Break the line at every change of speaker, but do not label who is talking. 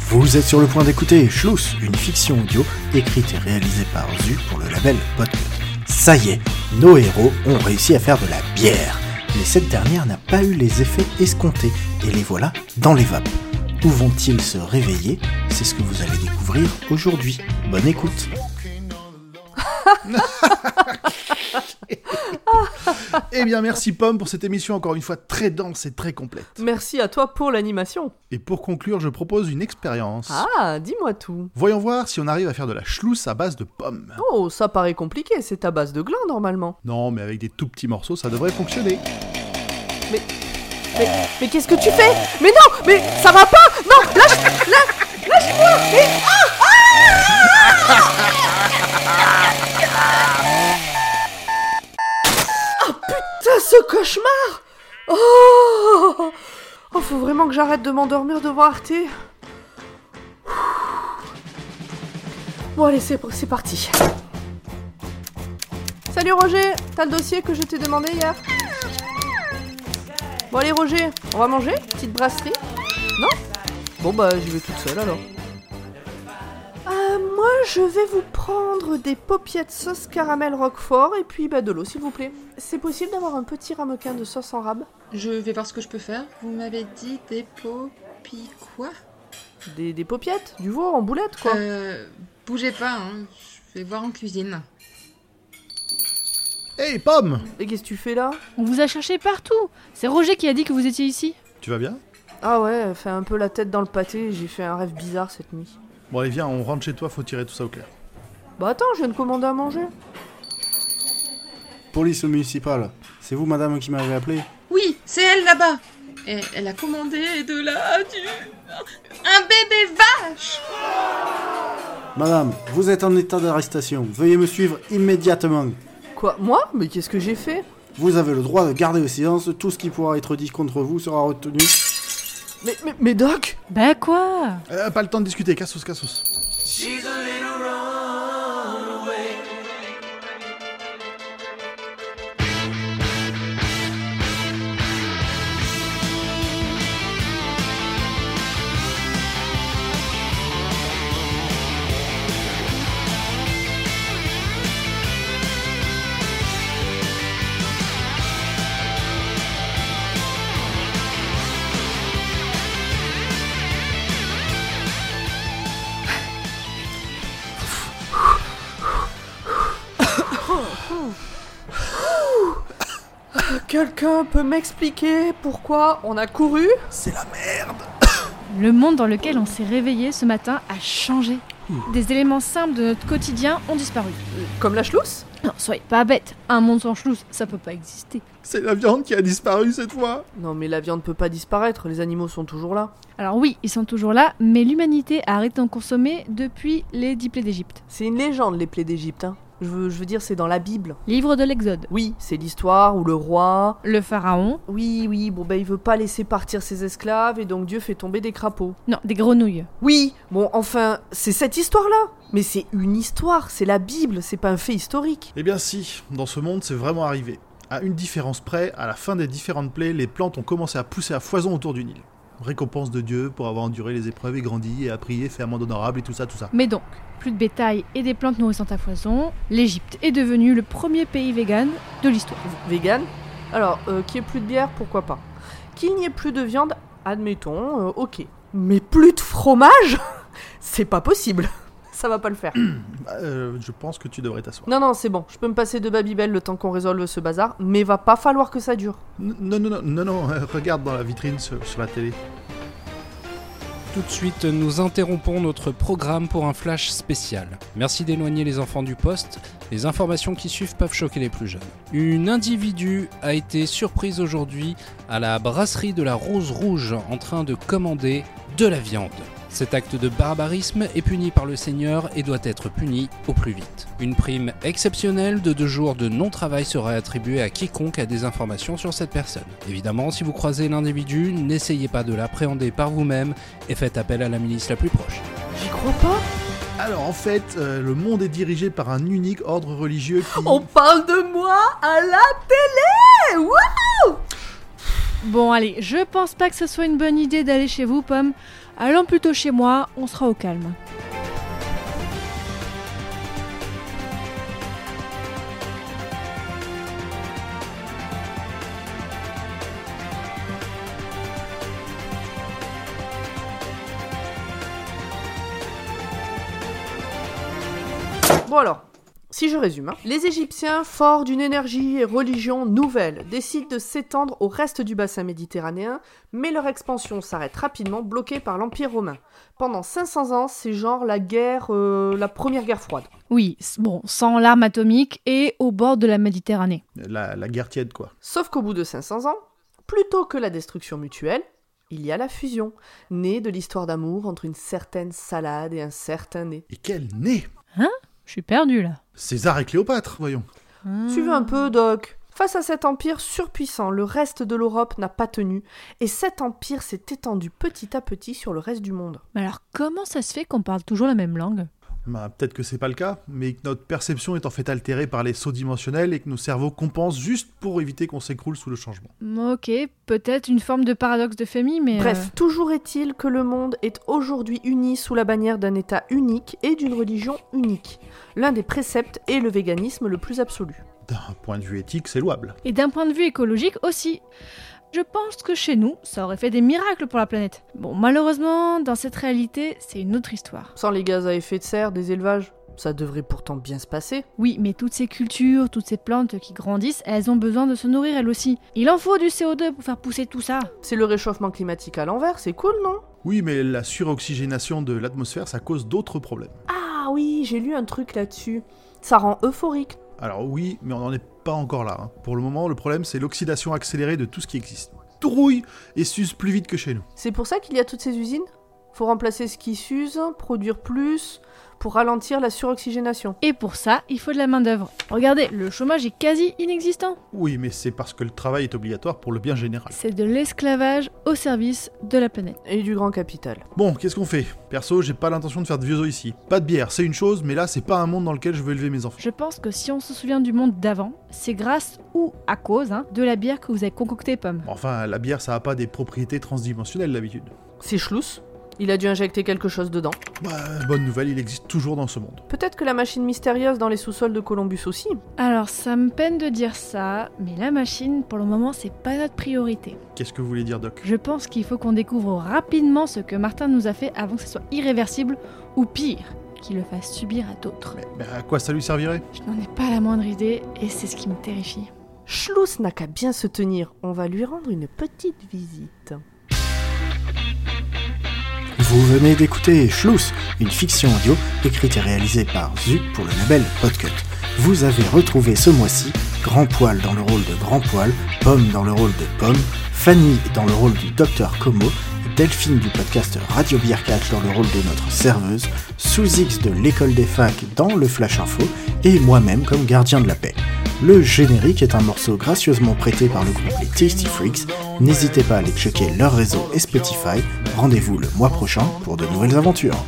Vous êtes sur le point d'écouter Schluss, une fiction audio écrite et réalisée par Zu pour le label Podcut. Ça y est, nos héros ont réussi à faire de la bière, mais cette dernière n'a pas eu les effets escomptés et les voilà dans les vapes. Où vont-ils se réveiller C'est ce que vous allez découvrir aujourd'hui. Bonne écoute.
Eh bien, merci Pomme pour cette émission encore une fois très dense et très complète.
Merci à toi pour l'animation.
Et pour conclure, je propose une expérience.
Ah, dis-moi tout.
Voyons voir si on arrive à faire de la schlousse à base de pommes.
Oh, ça paraît compliqué, c'est à base de gland normalement.
Non, mais avec des tout petits morceaux, ça devrait fonctionner.
Mais, mais qu'est-ce que tu fais Mais non, mais ça va pas Non, lâche, lâche, lâche-moi mais- Ah, ah putain, ce cauchemar Oh Oh, faut vraiment que j'arrête de m'endormir devant Arte. Bon, allez, c'est c'est parti. Salut Roger, t'as le dossier que je t'ai demandé hier Bon allez Roger, on va manger Petite brasserie Non Bon bah j'y vais toute seule alors. Euh, moi je vais vous prendre des paupiettes sauce caramel roquefort et puis bah, de l'eau s'il vous plaît. C'est possible d'avoir un petit ramequin de sauce en rab
Je vais voir ce que je peux faire. Vous m'avez dit des popi quoi
Des, des paupiettes Du veau en boulette quoi
Euh, bougez pas, hein. je vais voir en cuisine.
Hé Eh, Pomme
Et qu'est-ce que tu fais là
On vous a cherché partout. C'est Roger qui a dit que vous étiez ici.
Tu vas bien
Ah ouais, fais un peu la tête dans le pâté, j'ai fait un rêve bizarre cette nuit.
Bon, allez, viens, on rentre chez toi, faut tirer tout ça au clair.
Bah attends, je viens de commander à manger.
Police municipale, c'est vous madame qui m'avez appelé
Oui, c'est elle là-bas elle, elle a commandé de la... du... Un bébé vache
Madame, vous êtes en état d'arrestation. Veuillez me suivre immédiatement.
Quoi Moi Mais qu'est-ce que j'ai fait
Vous avez le droit de garder le silence. Tout ce qui pourra être dit contre vous sera retenu.
mais, mais, mais Doc
Bah quoi
Euh, pas le temps de discuter, cassos, cassos.
Quelqu'un peut m'expliquer pourquoi on a couru
C'est la merde
Le monde dans lequel on s'est réveillé ce matin a changé. Des éléments simples de notre quotidien ont disparu.
Comme la chlousse
Non, soyez pas bête. Un monde sans chlousse, ça peut pas exister.
C'est la viande qui a disparu cette fois
Non mais la viande peut pas disparaître, les animaux sont toujours là.
Alors oui, ils sont toujours là, mais l'humanité a arrêté d'en consommer depuis les dix plaies d'Égypte.
C'est une légende les plaies d'Égypte. Hein. Je, veux, je veux dire c'est dans la Bible.
Livre de l'Exode.
Oui, c'est l'histoire où le roi...
Le pharaon.
Oui, oui, bon bah il veut pas laisser partir ses esclaves et donc Dieu fait tomber des crapauds.
Non, des grenouilles.
Oui, bon enfin, c'est cette histoire-là. Mais c'est une histoire, c'est la Bible, c'est pas un fait historique.
Eh bien si, dans ce monde, c'est vraiment arrivé. À une différence près, à la fin des différentes plaies, les plantes ont commencé à pousser à foison autour du Nil. Récompense de Dieu pour avoir enduré les épreuves et grandi et appris et fait amende honorable et tout ça, tout ça.
Mais donc, plus de bétail et des plantes nourrissant à foison, l'Égypte est devenue le premier pays vegan de l'histoire.
Vegan Alors, euh, qu'il y ait plus de bière, pourquoi pas. Qu'il n'y ait plus de viande, admettons, euh, ok. Mais plus de fromage C'est pas possible. Ça va pas le faire.
Bah, euh, je pense que tu devrais t'asseoir.
Non, non, c'est bon. Je peux me passer de Babybel le temps qu'on résolve ce bazar, mais va pas falloir que ça dure.
N- Non, non, non, non, non, euh, regarde dans la vitrine sur, sur la télé.
Tout de suite, nous interrompons notre programme pour un flash spécial. Merci d'éloigner les enfants du poste. Les informations qui suivent peuvent choquer les plus jeunes. Une individu a été surprise aujourd'hui à la brasserie de la Rose Rouge en train de commander de la viande. Cet acte de barbarisme est puni par le Seigneur et doit être puni au plus vite. Une prime exceptionnelle de deux jours de non-travail sera attribuée à quiconque a des informations sur cette personne. Évidemment, si vous croisez l'individu, n'essayez pas de l'appréhender par vous-même et faites appel à la milice la plus proche.
J'y crois pas.
Alors en fait, euh, le monde est dirigé par un unique ordre religieux qui...
On parle de moi à la télé Ouah
Bon allez, je pense pas que ce soit une bonne idée d'aller chez vous, Pomme. Allons plutôt chez moi, on sera au calme.
Bon alors, si je résume, hein. les Égyptiens, forts d'une énergie et religion nouvelle, décident de s'étendre au reste du bassin méditerranéen, mais leur expansion s'arrête rapidement, bloquée par l'Empire romain. Pendant 500 ans, c'est genre la guerre, euh, la première guerre froide.
Oui, s- bon, sans l'arme atomique et au bord de la Méditerranée.
La, la guerre tiède, quoi.
Sauf qu'au bout de 500 ans, plutôt que la destruction mutuelle, il y a la fusion, née de l'histoire d'amour entre une certaine salade et un certain nez.
Et quel nez
Je suis perdue là.
César et Cléopâtre, voyons.
Hmm.
Suivez un peu, Doc. Face à cet empire surpuissant, le reste de l'Europe n'a pas tenu, et cet empire s'est étendu petit à petit sur le reste du monde.
Mais alors comment ça se fait qu'on parle toujours la même langue
Bah, peut-être que c'est pas le cas, mais que notre perception est en fait altérée par les sauts dimensionnels et que nos cerveaux compensent juste pour éviter qu'on s'écroule sous le changement.
Hmm, Ok, peut-être une forme de paradoxe de famille, mais... euh,
Bref, toujours est-il que le monde est aujourd'hui uni sous la bannière d'un État unique et d'une religion unique. L'un des préceptes est le véganisme le plus absolu.
D'un point de vue éthique, c'est louable.
Et d'un point de vue écologique aussi. Je pense que chez nous, ça aurait fait des miracles pour la planète. Bon, malheureusement, dans cette réalité, c'est une autre histoire.
Sans les gaz à effet de serre des élevages, ça devrait pourtant bien se passer.
Oui, mais toutes ces cultures, toutes ces plantes qui grandissent, elles ont besoin de se nourrir elles aussi. Il en faut du CO2 pour faire pousser tout ça.
C'est le réchauffement climatique à l'envers, c'est cool, non
Oui, mais la suroxygénation de l'atmosphère, ça cause d'autres problèmes.
Ah oui, j'ai lu un truc là-dessus. Ça rend euphorique.
Alors oui, mais on n'en est pas encore là. hein. Pour le moment, le problème, c'est l'oxydation accélérée de tout ce qui existe. Tout rouille et s'use plus vite que chez nous.
C'est pour ça qu'il y a toutes ces usines Faut remplacer ce qui s'use, produire plus, pour ralentir la suroxygénation.
Et pour ça, il faut de la main-d'œuvre. Regardez, le chômage est quasi inexistant.
Oui, mais c'est parce que le travail est obligatoire pour le bien général.
C'est de l'esclavage au service de la planète.
Et du grand capital.
Bon, qu'est-ce qu'on fait Perso, j'ai pas l'intention de faire de vieux os ici. Pas de bière, c'est une chose, mais là, c'est pas un monde dans lequel je veux élever mes enfants.
Je pense que si on se souvient du monde d'avant, c'est grâce ou à cause hein, de la bière que vous avez concoctée, Pomme.
Enfin, la bière, ça a pas des propriétés transdimensionnelles d'habitude.
C'est Schluss. Il a dû injecter quelque chose dedans.
Bah, bonne nouvelle, il existe toujours dans ce monde.
Peut-être que la machine mystérieuse dans les sous-sols de Columbus aussi.
Alors, ça me peine de dire ça, mais la machine, pour le moment, c'est pas notre priorité.
Qu'est-ce que vous voulez dire, Doc
Je pense qu'il faut qu'on découvre rapidement ce que Martin nous a fait avant que ce soit irréversible, ou pire, qu'il le fasse subir à d'autres.
mais, mais à quoi ça lui servirait
Je n'en ai pas la moindre idée, et c'est ce qui me terrifie.
Schluss n'a qu'à bien se tenir. On va lui rendre une petite visite.
Vous venez d'écouter Schluss, une fiction audio écrite et réalisée par Zu pour le label Podcut. Vous avez retrouvé ce mois-ci Grand Poil dans le rôle de Grand Poil, Pomme dans le rôle de Pomme, Fanny dans le rôle du Docteur Como, Delphine du podcast Radio Beer 4 dans le rôle de notre serveuse, Sous-X de l'école des facs dans le Flash Info et moi-même comme gardien de la paix. Le générique est un morceau gracieusement prêté par le groupe Les Tasty Freaks. N'hésitez pas à aller checker leur réseau et Spotify. Rendez-vous le mois prochain pour de nouvelles aventures.